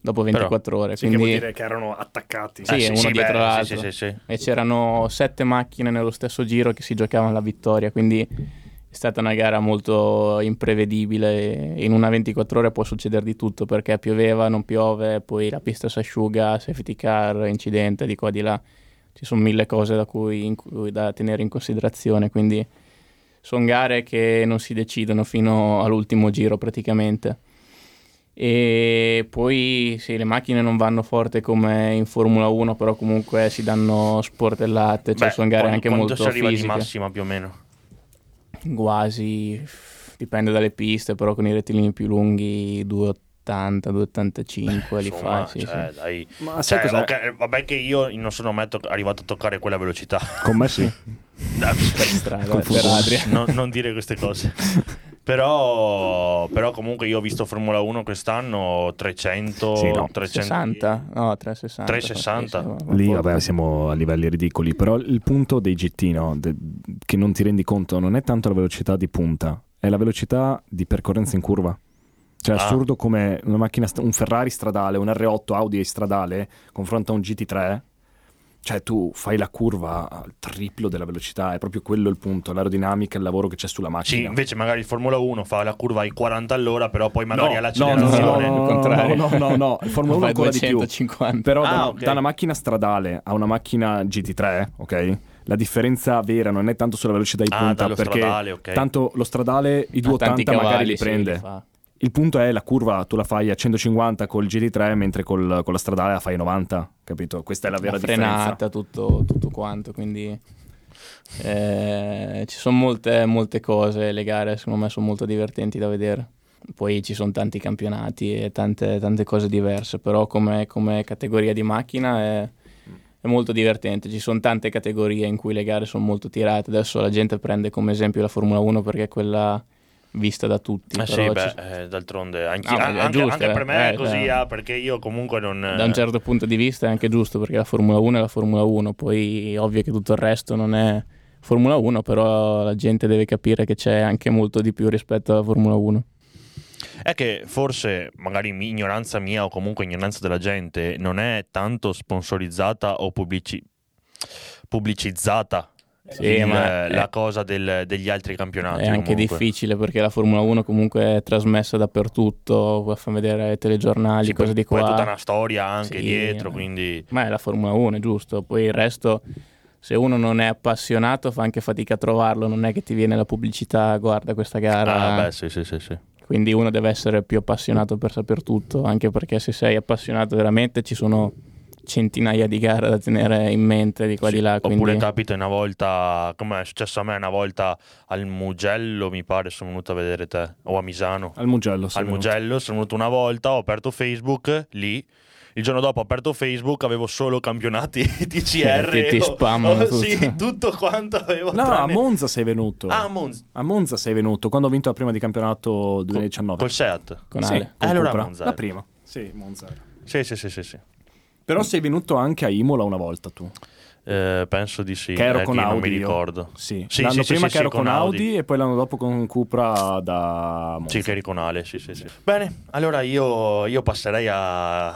S3: dopo 24 ore.
S1: Sì, che
S3: quindi-
S1: vuol dire che erano attaccati.
S3: Sì,
S2: Eh,
S3: uno dietro
S2: beh,
S3: l'altro.
S2: Sì, sì, sì.
S3: e c'erano sette macchine nello stesso giro che si giocavano la vittoria, quindi è stata una gara molto imprevedibile e in una 24 ore può succedere di tutto perché pioveva, non piove, poi la pista si asciuga, safety car, incidente di qua di là. Ci sono mille cose da, cui, in cui- da tenere in considerazione, quindi sono gare che non si decidono fino all'ultimo giro praticamente. E poi sì, le macchine non vanno forte come in Formula 1, però comunque si danno sportellate, cioè
S2: Beh,
S3: sono gare
S2: quando-
S3: anche
S2: quando
S3: molto
S2: si arriva
S3: fisiche
S2: di massima più o meno.
S3: quasi dipende dalle piste, però con i rettilini più lunghi 280, 285 li
S2: Insomma,
S3: fa, sì,
S2: cioè,
S3: sì.
S2: dai.
S1: Eh, Ma sai
S2: Cioè,
S1: cos'è?
S2: ok, vabbè che io non sono mai to- arrivato a toccare quella velocità.
S1: Con me sì.
S2: Dai,
S3: per strada,
S1: Col
S3: per
S1: furgone.
S3: Adria.
S2: non, non dire queste cose. Però, però comunque io ho visto Formula 1 quest'anno 300,
S1: Sì, no.
S2: 300
S3: 60? No, 360.
S2: 360.
S3: forse, sì, ma-
S1: Lì
S3: ma-
S1: vabbè, siamo a livelli ridicoli, però il punto dei GT no, de- che non ti rendi conto non è tanto la velocità di punta, è la velocità di percorrenza in curva. Cioè è
S2: Ah.
S1: assurdo come una macchina, st- un Ferrari stradale, un R8 Audi stradale, confronta un GT3, cioè tu fai la curva al triplo della velocità, è proprio quello il punto, l'aerodinamica, il lavoro che c'è sulla macchina.
S2: Sì, invece magari il Formula 1 fa la curva ai 40 all'ora, però poi magari
S1: no, no, no, no,
S2: all'accelerazione.
S1: no,
S3: Al contrario.
S1: no, no, no, no, il Formula 1
S3: Vai
S1: ancora di più.
S3: 250.
S1: Però da,
S2: Ah,
S1: una-
S2: ok.
S1: da una macchina stradale a una macchina GT3, ok? La differenza vera non è tanto sulla velocità di
S2: Ah,
S1: punta,
S2: dallo
S1: perché
S2: stradale, ok.
S1: tanto lo stradale i
S3: Ha tanti
S1: 280 magari
S3: cavalli,
S1: li
S3: sì,
S1: prende.
S3: fa.
S1: Il punto è la curva tu la fai a 150 col GT3, mentre col- con la stradale la fai a 90, capito? Questa è la vera
S3: la
S1: differenza.
S3: frenata, tutto, tutto quanto, quindi eh, ci sono molte, molte cose, le gare secondo me sono molto divertenti da vedere. Poi ci sono tanti campionati e tante, tante cose diverse, però come, come categoria di macchina è, è molto divertente. Ci sono tante categorie in cui le gare sono molto tirate, adesso la gente prende come esempio la Formula 1 perché è quella vista da tutti.
S2: Ah, sì,
S3: però ci-
S2: beh, eh, d'altronde anch'io-
S3: Ah, ma è
S2: an- anche,
S3: giusto,
S2: anche per
S3: eh,
S2: me è
S3: eh,
S2: così,
S3: cioè.
S2: ah, perché io comunque non... eh,
S3: da un certo punto di vista è anche giusto perché la Formula 1 è la Formula 1, poi ovvio che tutto il resto non è Formula 1, però la gente deve capire che c'è anche molto di più rispetto alla Formula 1.
S2: È che forse, magari mi- ignoranza mia o comunque ignoranza della gente, non è tanto sponsorizzata o pubblici- pubblicizzata
S3: Sì,
S2: il-
S3: ma è-
S2: la cosa del- degli altri campionati.
S3: è anche
S2: comunque.
S3: difficile perché la Formula 1 comunque è trasmessa dappertutto, puoi far vedere telegiornali,
S2: Sì,
S3: cose
S2: poi-
S3: di qua.
S2: Poi è tutta una storia anche
S3: Sì,
S2: dietro,
S3: eh.
S2: quindi...
S3: Ma è la Formula 1, è giusto. Poi il resto, se uno non è appassionato, fa anche fatica a trovarlo. Non è che ti viene la pubblicità, guarda questa gara.
S2: Ah, beh, sì, sì, sì, sì.
S3: Quindi uno deve essere più appassionato per saper tutto, anche perché se sei appassionato veramente ci sono centinaia di gare da tenere in mente di qua
S2: Sì,
S3: di là. Quindi...
S2: Oppure capita una volta, come è successo a me una volta al Mugello, mi pare, sono venuto a vedere te, o a Misano.
S1: Al Mugello, sì.
S2: al Mugello, sono venuto una volta, ho aperto Facebook lì. Il giorno dopo ho aperto Facebook, avevo solo campionati TCR.
S3: Ti- ti
S2: o-
S3: spammano
S2: o- Sì,
S3: tutto.
S2: tutto quanto avevo.
S1: No, a
S2: tranne-
S1: Monza sei venuto.
S2: Ah, a Monza.
S1: A Monza sei venuto quando ho vinto la prima di campionato 2019.
S2: Col Seat.
S3: Con
S1: Sì,
S3: Ale.
S1: con
S2: Allora
S1: Cupra.
S2: Monza. eh.
S1: La prima. Sì, Monza. era.
S2: Sì, sì, sì, sì. sì.
S1: Però sei venuto anche a Imola una volta tu.
S2: Eh, penso di sì.
S1: che ero
S2: eh,
S1: con
S2: lì
S1: Audi.
S2: Non mi
S1: io.
S2: ricordo.
S1: Sì.
S2: Sì,
S1: L'anno
S2: sì, sì,
S1: prima
S2: sì,
S1: che ero
S2: sì,
S1: con Audi, e poi l'anno dopo con Cupra da Monza.
S2: Sì, che eri con Ale, sì, sì, sì. Bene, allora io, io passerei a-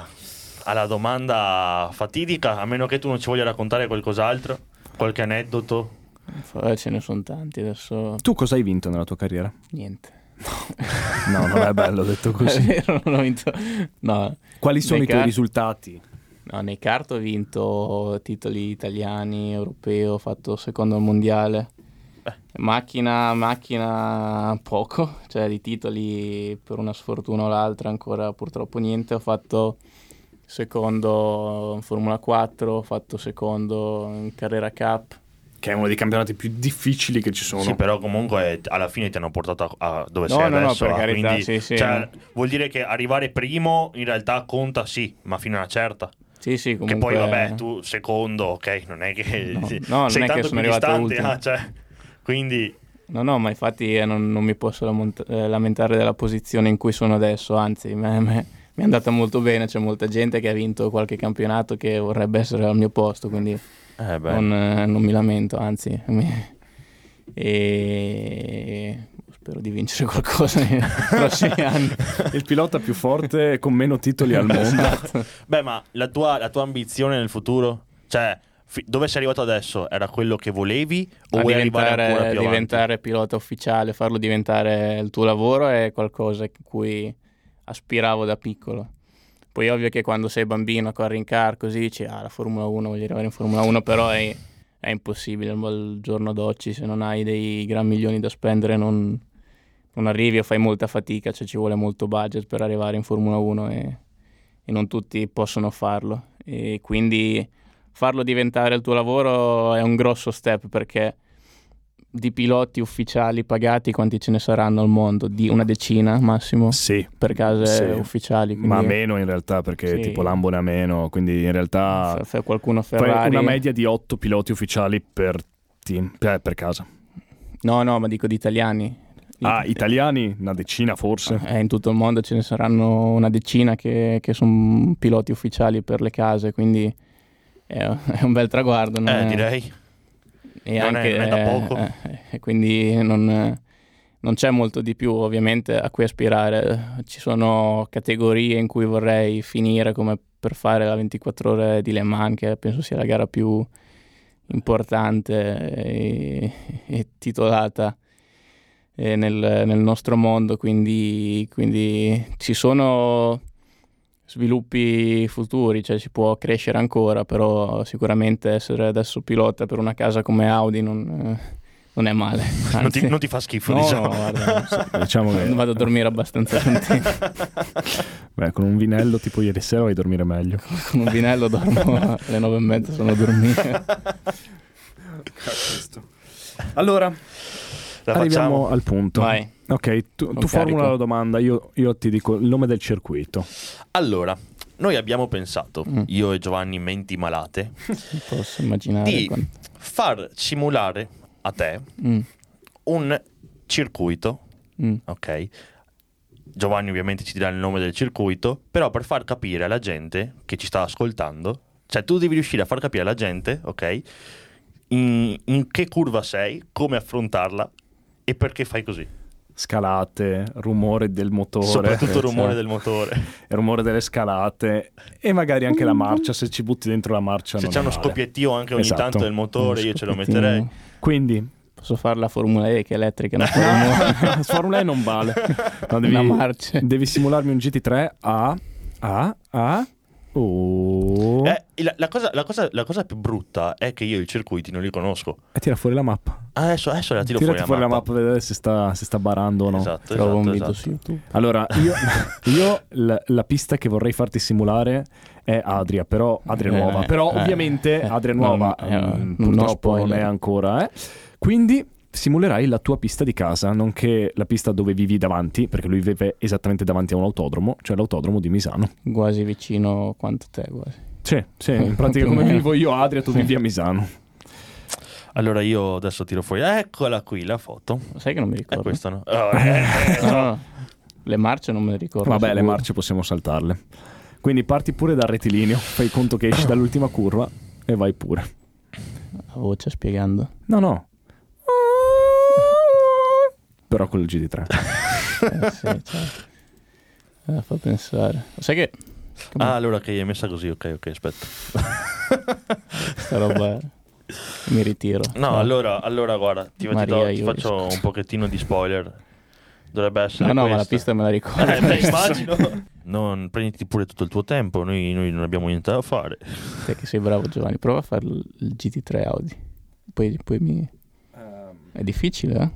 S2: alla domanda fatidica, a meno che tu non ci voglia raccontare qualcos'altro, qualche aneddoto.
S3: Fa- eh, Ce ne sono tanti, adesso
S1: Tu cosa hai vinto nella tua carriera?
S3: niente.
S1: No, non è bello detto
S3: È
S1: così.
S3: vero, non ho vinto. No,
S1: Quali sono
S3: Nei
S1: i tuoi
S3: car-
S1: risultati?
S3: no, nei kart ho vinto titoli italiani, europeo, ho fatto secondo al mondiale.
S2: Eh.
S3: Macchina, macchina poco, cioè di titoli per una sfortuna o l'altra ancora purtroppo niente. Ho fatto secondo in Formula 4, ho fatto secondo in Carrera Cup.
S1: Che è uno dei campionati più difficili che ci sono.
S2: Sì, però comunque t- alla fine ti hanno portato a, a dove
S3: No,
S2: sei
S3: no, no,
S2: adesso.
S3: per
S2: ah,
S3: carità,
S2: quindi,
S3: sì, sì,
S2: cioè,
S3: no.
S2: Vuol dire che arrivare primo in realtà conta sì, ma fino a una certa.
S3: Sì, sì, comunque...
S2: Che poi vabbè, tu secondo, ok, non è che
S3: No,
S2: sì,
S3: no, non
S2: sei
S3: è che
S2: tanto
S3: sono
S2: più
S3: arrivato
S2: distante,
S3: ultimo.
S2: ah, cioè, quindi
S3: No, no, ma infatti eh, non, non mi posso lamont- eh, lamentare della posizione in cui sono adesso, anzi me- me- mi è andata molto bene, c'è molta gente che ha vinto qualche campionato che vorrebbe essere al mio posto, quindi
S2: eh, beh.
S3: non, eh, non mi lamento, anzi mi- e- spero di vincere qualcosa nei prossimi anni.
S1: Il pilota più forte con meno titoli al mondo.
S3: Esatto.
S2: Beh, ma la tua, la tua ambizione nel futuro? Cioè, fi- dove sei arrivato adesso? Era quello che volevi o
S3: A
S2: vuoi arrivare ancora più
S3: diventare,
S2: avanti?
S3: diventare pilota ufficiale, farlo diventare il tuo lavoro è qualcosa a cui aspiravo da piccolo. Poi ovvio che quando sei bambino corri in car così dici ah la Formula 1 voglio arrivare in Formula 1 però è, è impossibile al giorno d'oggi se non hai dei gran milioni da spendere non, non arrivi o fai molta fatica cioè ci vuole molto budget per arrivare in Formula 1 e, e non tutti possono farlo e quindi farlo diventare il tuo lavoro è un grosso step perché di piloti ufficiali pagati quanti ce ne saranno al mondo? Di una decina massimo
S1: Sì,
S3: per case
S1: Sì.
S3: ufficiali. quindi-
S1: ma meno in realtà, perché
S3: Sì.
S1: tipo Lambo ne ha meno, quindi in realtà
S3: Fa- fa qualcuno
S1: ah. fai
S3: Ferrari.
S1: una media di 8 piloti ufficiali per team, eh, per casa.
S3: No, no, ma dico di italiani.
S1: Ah, italiani? Una decina forse.
S3: Eh, in tutto il mondo ce ne saranno una decina che, che sono piloti ufficiali per le case, quindi è, è un bel traguardo. non
S2: Eh,
S3: è-
S2: direi.
S3: e
S2: non è-
S3: anche,
S2: non è da
S3: eh,
S2: poco.
S3: eh, eh, quindi non, non c'è molto di più ovviamente a cui aspirare. Ci sono categorie in cui vorrei finire come per fare la 24 ore di Le Mans, che penso sia la gara più importante e, e titolata eh, nel, nel nostro mondo. Quindi, quindi ci sono sviluppi futuri, cioè si può crescere ancora, però sicuramente essere adesso pilota per una casa come Audi non, eh, non è male.
S2: Non
S3: Anzi,
S2: ti, non ti fa schifo,
S3: no,
S2: diciamo.
S3: no, guarda,
S1: Diciamo che
S3: vado a dormire abbastanza contento.
S1: beh, con un vinello tipo ieri sera vai a dormire meglio.
S3: Con un vinello dormo alle nove e mezza, sono a dormire.
S1: Allora,
S2: La
S1: arriviamo
S2: facciamo.
S1: al punto.
S3: Vai.
S1: Ok, tu, tu
S3: Sono
S1: formula
S3: carico.
S1: la domanda, io, io ti dico il nome del circuito.
S2: Allora, noi abbiamo pensato,
S3: Mm.
S2: io e Giovanni menti malate,
S3: Non posso immaginare.
S2: Di-
S3: quanto-
S2: far simulare a te
S3: Mm,
S2: un circuito,
S3: mm.
S2: ok? Giovanni ovviamente ci dirà il nome del circuito, però per far capire alla gente che ci sta ascoltando, cioè tu devi riuscire a far capire alla gente, ok? In, in che curva sei, come affrontarla e perché fai così.
S1: Scalate, rumore del motore.
S2: Soprattutto il rumore
S1: Cioè,
S2: del motore.
S1: il rumore delle scalate e magari anche la marcia, se ci butti dentro la marcia.
S2: Se
S1: non
S2: c'è
S1: è
S2: uno
S1: male.
S2: scoppiettio anche ogni
S1: Esatto.
S2: tanto del motore,
S3: Uno
S2: io ce lo
S3: scoppiettino.
S2: metterei. Esatto,
S1: Quindi
S3: Posso fare la Formula E che è elettrica, la Formula
S1: No, Formula E non vale. No, devi,
S3: Una marcia.
S1: devi simularmi un GT3 a a a oh.
S2: Eh, la, la cosa, la cosa- la cosa più brutta è che io i circuiti non li conosco.
S1: e tira fuori la mappa.
S2: Ah, Adesso, adesso la tiro
S1: Tirati fuori
S2: fuori,
S1: la mappa, a vedere se sta, se sta barando o no.
S2: Esatto,
S3: Trovo un
S2: esatto,
S3: video
S2: esatto.
S3: su YouTube.
S1: Allora, io, io la, la pista che vorrei farti simulare è Adria, però Adria
S3: Eh,
S1: nuova. però
S3: eh,
S1: ovviamente
S3: eh,
S1: Adria
S3: no,
S1: nuova
S3: no, eh,
S1: mm,
S3: no
S1: purtroppo non
S3: spoiler.
S1: è ancora. eh. Quindi simulerai la tua pista di casa, nonché la pista dove vivi davanti, perché lui vive esattamente davanti a un autodromo, cioè l'autodromo di Misano. Eh,
S3: Quasi vicino quanto te, quasi.
S1: Sì, sì, in pratica
S3: Più o
S1: come
S3: meno.
S1: vivo io a Adria, tu vivi a Misano.
S2: Allora io adesso tiro fuori. Eccola qui la foto.
S3: Sai che non mi
S2: È
S3: ricordo.
S2: questa, no? Oh, eh.
S3: No, no, no. Le marce non me le ricordo.
S1: Vabbè, le
S3: sicuro.
S1: marce possiamo saltarle. Quindi parti pure dal rettilineo, fai conto che esci dall'ultima curva e vai pure.
S3: A voce spiegando.
S1: No, no. Però con il GT3.
S3: Eh, sì, certo. Eh, fa pensare. Sai che
S2: Ah, allora che è messa così, ok, ok, aspetta.
S3: sta roba è- mi ritiro.
S2: No, allora, allora guarda, ti, ti
S3: Maria,
S2: do- ti
S3: io-
S2: faccio un pochettino di spoiler. Dovrebbe essere
S3: No, no, ma la
S2: questa.
S3: pista me la ricordo.
S2: Eh, beh, immagino. Non prenditi pure tutto il tuo tempo, noi, noi non abbiamo niente da fare.
S3: Te che sei bravo Giovanni, prova a fare il il GT3 Audi. Poi, poi mi...
S1: Ehm.
S3: È difficile, eh?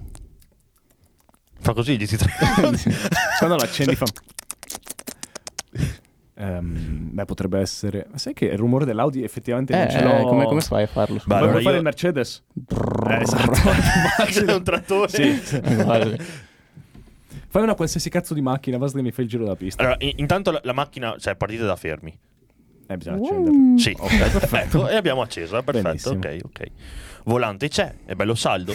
S2: Fa così, gli si tra-
S1: Quando l'accendi fa... Ehm, beh, potrebbe essere... Ma sai che il rumore dell'Audi effettivamente non
S3: Eh,
S1: ce l'ho...
S3: come, come fai a farlo? scusa?
S1: Come
S2: Allora
S1: puoi fare
S2: io-
S1: il Mercedes? Eh, esatto.
S2: C'è un trattore.
S3: Guarda,
S1: Fai una qualsiasi cazzo di macchina, basta che mi fai il giro della pista.
S2: Allora, in- intanto la, la macchina, cioè partite da fermi.
S3: Mm.
S1: Eh, bisogna accenderla.
S2: Sì, perfetto. E abbiamo accesa, perfetto.
S1: Benissimo.
S2: Ok, ok. Volante c'è, è bello saldo.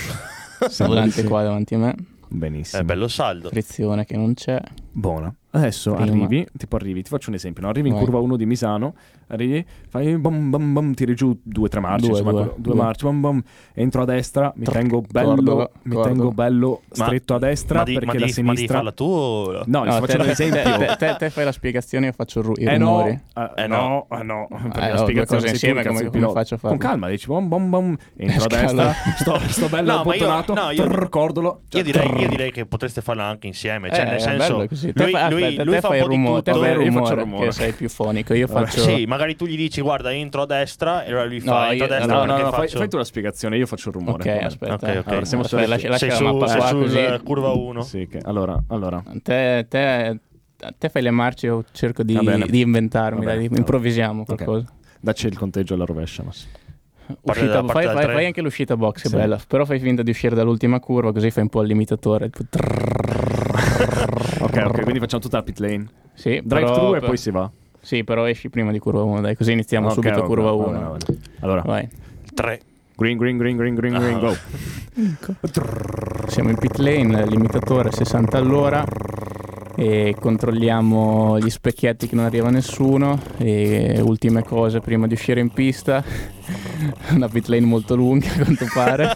S3: volante qua davanti a me,
S1: Benissimo.
S2: È bello saldo.
S3: frizione che non c'è.
S1: Buona. Adesso
S3: Prima.
S1: arrivi, tipo arrivi, ti faccio un esempio, no? arrivi in
S3: Vai.
S1: curva 1 di Misano, arrivi, fai bam bam bam, tiri giù due tre marce,
S3: Due,
S1: insomma,
S3: due,
S1: quello- due,
S3: due.
S1: marce, bam bam, entro a destra, mi tengo bello,
S3: Cordova,
S1: mi
S3: Cordova.
S1: tengo bello
S2: Ma-
S1: stretto a destra
S2: Ma di-
S1: perché
S2: ma
S1: la
S2: di- ma devi
S1: sinistra...
S2: farla tu o-
S1: No, io sto
S3: te,
S1: facendo un
S3: te-
S1: esempio.
S3: te- te- te fai la spiegazione, io faccio il ru- i
S1: eh no,
S3: rumori.
S1: eh,
S2: Eh
S1: no,
S2: no.
S1: eh no, perché la
S3: allora, due
S1: spiegazione
S3: cose
S1: sei tu,
S3: insieme,
S1: cazzo
S3: come-
S1: di
S3: come
S1: pilota.
S3: faccio a farlo?
S1: Con calma, dici bam bam bam, entro a
S3: Scala.
S1: destra, sto, sto bello
S2: No, ma io-
S1: bottonato,
S2: no, io-
S1: trrr, cordolo.
S2: Io
S1: cioè,
S2: direi,
S1: trrr.
S2: io direi che potreste farla anche insieme. Cioè,
S3: Eh,
S2: nel
S3: è
S2: senso,
S3: bello così. Te
S2: lui,
S3: fai-
S2: lui-
S3: aspetta,
S2: lui
S3: te
S2: fa
S3: fai
S2: un
S3: il
S2: po' di
S3: rumore, te
S2: tutto.
S3: fai il
S1: Io faccio il
S3: rumore,
S1: rumore.
S3: che sei più fonico, io faccio...
S2: Sì, magari tu gli dici, guarda, entro a destra, e allora lui
S3: No,
S2: fa entro
S3: io-
S2: a destra.
S1: No, no,
S2: perché
S1: no, fai,
S2: faccio-
S1: fai tu la spiegazione, io faccio il rumore.
S3: Ok,
S1: va bene.
S3: aspetta.
S2: Ok, ok.
S1: Allora, siamo
S3: Aspetta,
S1: sulle-
S3: lascia, lascia
S2: sei
S3: la
S2: su,
S3: mappa
S2: sei
S3: qua
S2: sul eh,
S3: così.
S2: curva 1.
S1: Sì, che- allora, allora.
S3: Te, te, te fai le marce, io cerco di,
S1: Va bene.
S3: di inventarmi,
S1: Va bene,
S3: dai,
S1: va bene.
S3: improvvisiamo
S1: Ok.
S3: qualcosa.
S1: Dacci il conteggio alla rovescia. Massimo.
S2: Parte
S3: Uscita-
S2: dalla parte
S3: fai,
S2: del
S3: fai-
S2: tre.
S3: fai anche l'uscita box, che
S1: Sì.
S3: bella. Però fai finta di uscire dall'ultima curva, così fai un po' il limitatore. tipo trrrr.
S1: Ok, ok, quindi facciamo tutta la pit lane.
S3: Sì,
S1: Drive
S3: però-
S1: thru e poi si va.
S3: Sì, però esci prima di curva 1, dai, così iniziamo
S1: Ok,
S3: subito
S1: ok,
S3: curva
S1: va
S3: 1.
S1: bene, va bene. Allora,
S3: Vai. Mm.
S2: Tre.
S1: green, green, green, green, green, green, go. Trrr.
S3: siamo in pit lane, limitatore a 60 all'ora e controlliamo gli specchietti che non arriva nessuno e ultime cose prima di uscire in pista una pit lane molto lunga a quanto pare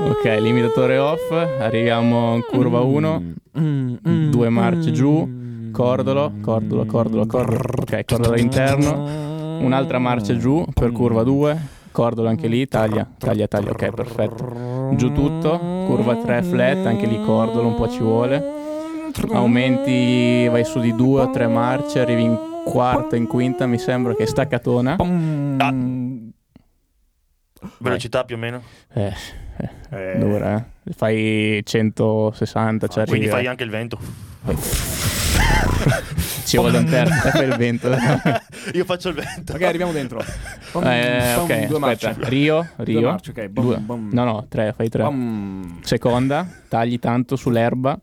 S3: ok limitatore off arriviamo in curva 1
S1: Mm.
S3: due marce giù cordolo cordolo cordolo cordolo ok cordolo all'interno un'altra marcia giù per curva 2 cordolo anche lì taglia taglia taglia ok perfetto giù tutto curva 3 flat anche lì cordolo un po' ci vuole aumenti, vai su di due o tre marce, arrivi in quarta, in quinta, mi sembra che è staccatona.
S1: Mm.
S2: Ah. Velocità più o meno.
S3: Eh, eh, dura, eh. Fai 160, ci arrivi.
S2: Quindi fai
S3: eh.
S2: anche il vento.
S3: Ci vuole un terzo, eh, fai il vento.
S2: Io faccio il vento.
S1: Ok, arriviamo dentro. Pom,
S3: Eh,
S1: pom,
S3: ok,
S1: due marce.
S3: aspetta. Rio, Rio.
S1: Due marce, ok. Bom,
S3: Due.
S1: bom.
S3: No, no, tre, fai tre.
S1: Pom.
S3: Seconda, tagli tanto sull'erba.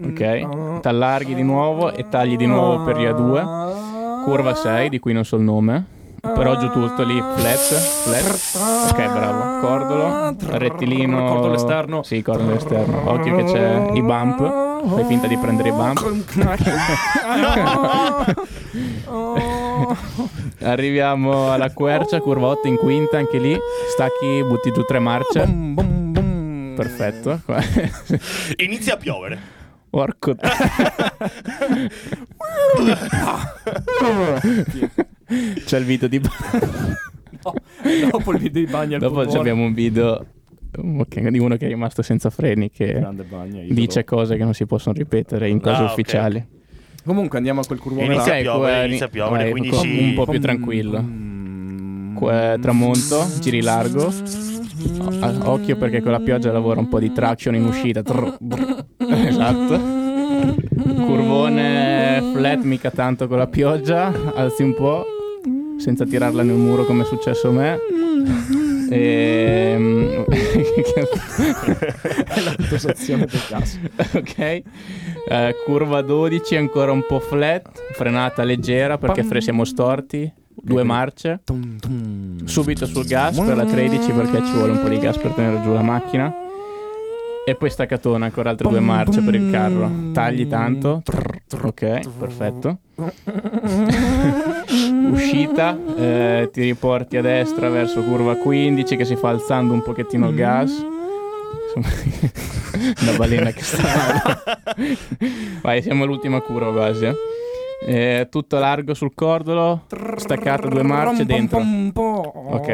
S3: Ok. T'allarghi di nuovo e tagli di nuovo per Rio 2. Curva 6, di cui non so il nome. Però giù tutto lì, flat, flat. Ok, bravo. Cordolo, rettilino.
S1: Cordolo esterno.
S3: Sì, cordolo esterno. Occhio che c'è i bump. Fai finta di prendere i bump. Arriviamo alla quercia, curva 8 in quinta, anche lì. Stacchi, butti giù tre marce.
S1: Bom, bom, bom.
S3: Perfetto.
S2: Inizia a piovere.
S3: Porco. C'è il video di
S1: No, dopo il video di bagno al
S3: Dopo
S1: popcorn.
S3: abbiamo un video um, ok, di uno che è rimasto senza freni che
S1: Grande bagno, idolo.
S3: dice cose che non si possono ripetere in cose
S2: Ah, ok.
S3: ufficiali.
S1: Comunque andiamo a quel curvone là.
S2: Inizia a
S3: Ecco,
S2: piovere,
S3: eh,
S2: inizia a piovere,
S3: vai,
S2: quindi
S3: com-
S2: sì.
S3: un po' più tranquillo. Qua- eh, tramonto, giri largo. Ah, Occhio perché con la pioggia lavora un po' di traction in uscita. Trrr, brr. Esatto. Curvone flat, mica tanto con la pioggia. Alzi un po' senza tirarla nel muro come è successo a me. Ehm,
S1: Tossazione per caso.
S3: ok, Eh, curva 12 ancora un po' flat, frenata leggera perché fre- siamo storti, due marce,
S1: Tum, tum.
S3: subito sul gas per la 13 perché ci vuole un po' di gas per tenere giù la macchina e poi staccatona ancora altre due marce per il carro, tagli tanto, ok, perfetto. Uscita, eh, ti riporti a destra verso curva 15 che si fa alzando un pochettino il gas. Insomma, una balena che sta. Vai, siamo all'ultima curva quasi. eh. Eh, tutto largo sul cordolo, staccato due marce dentro. Ok,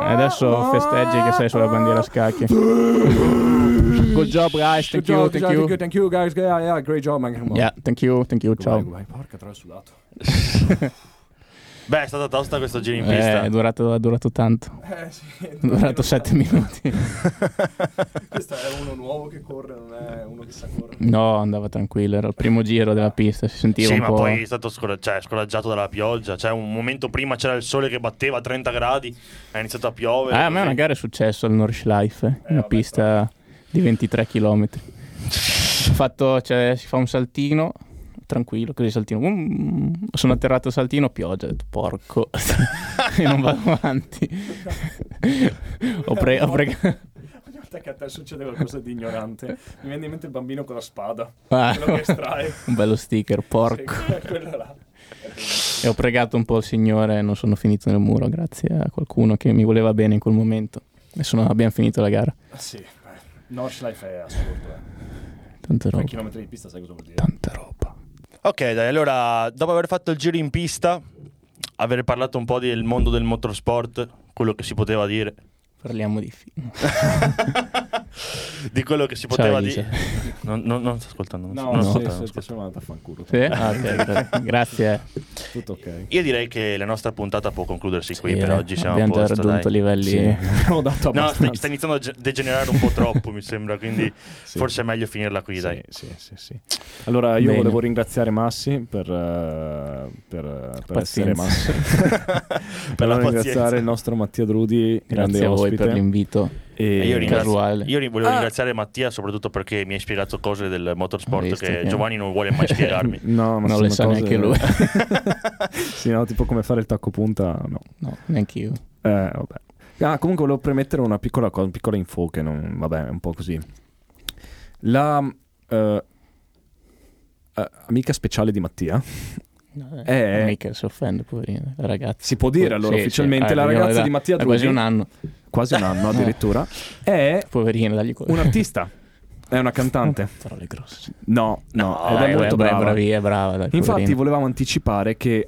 S3: adesso festeggi che sei sulla bandiera a scacchi. Good job guys,
S1: Good
S3: thank
S1: job,
S3: you,
S1: good
S3: thank
S1: job,
S3: you.
S1: thank you guys. Yeah, yeah, great job, man. Come on.
S3: Yeah, thank you, thank you,
S1: Goodbye,
S3: ciao.
S1: goodbye. Porca troia, ho sudato.
S2: Beh, è stata tosta questo giro in
S3: Eh,
S2: pista.
S3: è, durato, è durato tanto,
S1: Eh sì,
S3: è durato 7 minuti.
S1: questo è uno nuovo che corre, non è uno che sa correre.
S3: No, andava tranquillo, era il primo giro della pista, si sentiva
S2: Sì,
S3: un
S2: ma
S3: po'.
S2: poi è stato scora- cioè, scoraggiato dalla pioggia. Cioè, un momento prima c'era il sole che batteva a 30 gradi, è iniziato a piovere.
S3: Ah, a me
S2: così.
S3: una gara è successo al North Life, eh, una pista di 23 km. Fatto, cioè, si fa un saltino tranquillo, così saltino. mm, sono atterrato a saltino, pioggia, ho detto porco. e non vado avanti. ho pre- ho pre-
S1: Ogni volta che a te succede qualcosa di ignorante, mi viene in mente il bambino con la spada.
S3: Ah,
S1: Quello che estrae.
S3: un bello sticker, porco.
S1: Sì, quello là.
S3: E ho pregato un po' il Signore, non sono finito nel muro, grazie a qualcuno che mi voleva bene in quel momento. E sono, abbiamo finito la gara.
S1: Ah, Sì, beh. Nordschleife è assurdo. Eh.
S3: Tanta
S1: Tre
S3: roba,
S1: chilometri di pista, sai cosa vuol dire?
S3: tanta roba.
S2: Ok, dai, allora, dopo aver fatto il giro in pista, aver parlato un po' del mondo del motorsport, quello che si poteva dire,
S3: Parliamo di film.
S2: di quello che si poteva
S3: Cioè,
S2: dire. Non, non- non sto ascoltando. Non, sto- non sto
S1: sì,
S2: ascoltando, non
S1: sì,
S2: sto
S1: sì, sono andato a fanculo.
S3: Sì? Ah, ok, gra- grazie.
S1: Tutto ok.
S2: ascoltando. Io direi che la nostra puntata può concludersi qui
S3: Sì,
S2: per
S3: eh,
S2: oggi. Siamo
S3: abbiamo
S2: a
S3: già
S2: posto,
S3: raggiunto
S2: dai.
S3: livelli.
S1: Abbiamo dato
S2: No,
S1: abbastanza.
S2: sta, sta iniziando a ge- degenerare un po' troppo, mi sembra, quindi
S1: Sì.
S2: forse è meglio finirla qui, dai.
S1: Sì, sì, sì, sì. Allora io
S3: Bene.
S1: volevo ringraziare Massi per, eh, per, eh, per essere Massi.
S3: Pazienza.
S2: Per la
S1: Volevo
S2: pazienza.
S1: ringraziare il nostro Mattia Drudi, grande
S3: Grazie a voi
S1: ospite.
S3: per l'invito.
S1: e
S2: E io, ringrazio-
S3: Casuale.
S2: io ri- volevo
S1: Ah.
S2: ringraziare Mattia soprattutto perché mi ha spiegato cose del motorsport
S3: Visto
S2: che
S3: che-
S2: Giovanni non vuole mai spiegarmi.
S1: No, ma
S3: non
S1: sono
S3: le sa
S1: cose-
S3: neanche lui.
S1: sì, no, tipo come fare il tacco punta, no.
S3: No, neanche io.
S1: Eh, vabbè. Ah, comunque volevo premettere una piccola cosa, un piccola info che non... Vabbè, è un po' così. La eh, eh, amica speciale di Mattia,
S3: No,
S1: Eh.
S3: eh, mica si offende, poverina, la ragazza.
S1: si può dire allora
S3: Sì, sì,
S1: ufficialmente,
S3: eh,
S1: la
S3: vediamo,
S1: ragazza
S3: da-
S1: di Mattia
S3: da
S1: Drudi,
S3: quasi un anno,
S1: quasi un anno addirittura, è
S3: poverina, dagli co-
S1: un artista, è una cantante.
S3: Parole grosse.
S1: No, no, ed
S3: Dai,
S1: Ah, è molto
S3: bra-
S1: brava.
S3: bravi, è brava. dai,
S1: Infatti
S3: poverina.
S1: volevamo anticipare che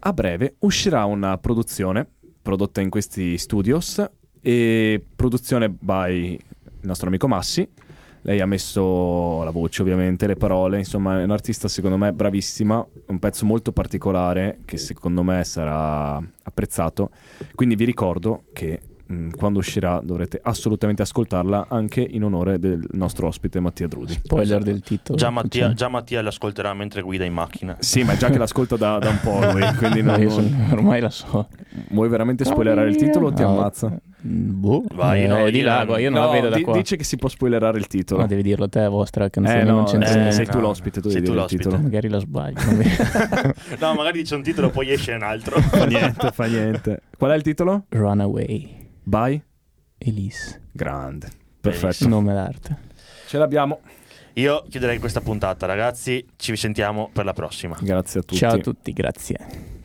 S1: a breve uscirà una produzione prodotta in questi studios e produzione by il nostro amico Massi. Lei ha messo la voce ovviamente, le parole, insomma è un'artista secondo me bravissima, un pezzo molto particolare che secondo me sarà apprezzato. Quindi vi ricordo che mh, quando uscirà dovrete assolutamente ascoltarla anche in onore del nostro ospite Mattia Drudi.
S3: Spoiler del titolo.
S2: Già Mattia, già Mattia l'ascolterà mentre guida in macchina.
S1: Sì, ma già che l'ascolta da, da un po' lui, quindi
S3: No,
S1: non,
S3: io sono- ormai la so.
S1: Vuoi veramente spoilerare il titolo o ti
S3: No.
S1: ammazza?
S3: Mm, Boh,
S2: Vai,
S3: Eh,
S2: no,
S3: di
S2: io-
S3: là, guarda, io non la vedo da
S1: di-
S3: qua.
S1: dice che si può spoilerare il titolo.
S3: Ma devi dirlo te, vostra, che non,
S1: eh,
S3: so-
S1: no,
S3: non c'entra
S1: eh,
S2: niente.
S1: sei
S3: niente.
S1: tu l'ospite, tu
S2: Sei
S1: devi dire
S2: tu
S1: il
S2: l'ospite.
S1: titolo.
S3: Magari la sbaglio. vabbè.
S2: No, magari dice un titolo, poi esce un altro.
S1: Fa niente, fa niente. Qual è il titolo?
S3: Runaway,
S1: Bye.
S3: Elise,
S1: Grande. Perfetto.
S3: nome d'arte.
S1: Ce l'abbiamo.
S2: Io chiuderei questa puntata, ragazzi. Ci sentiamo per la prossima.
S1: Grazie a tutti.
S3: Ciao a tutti, grazie.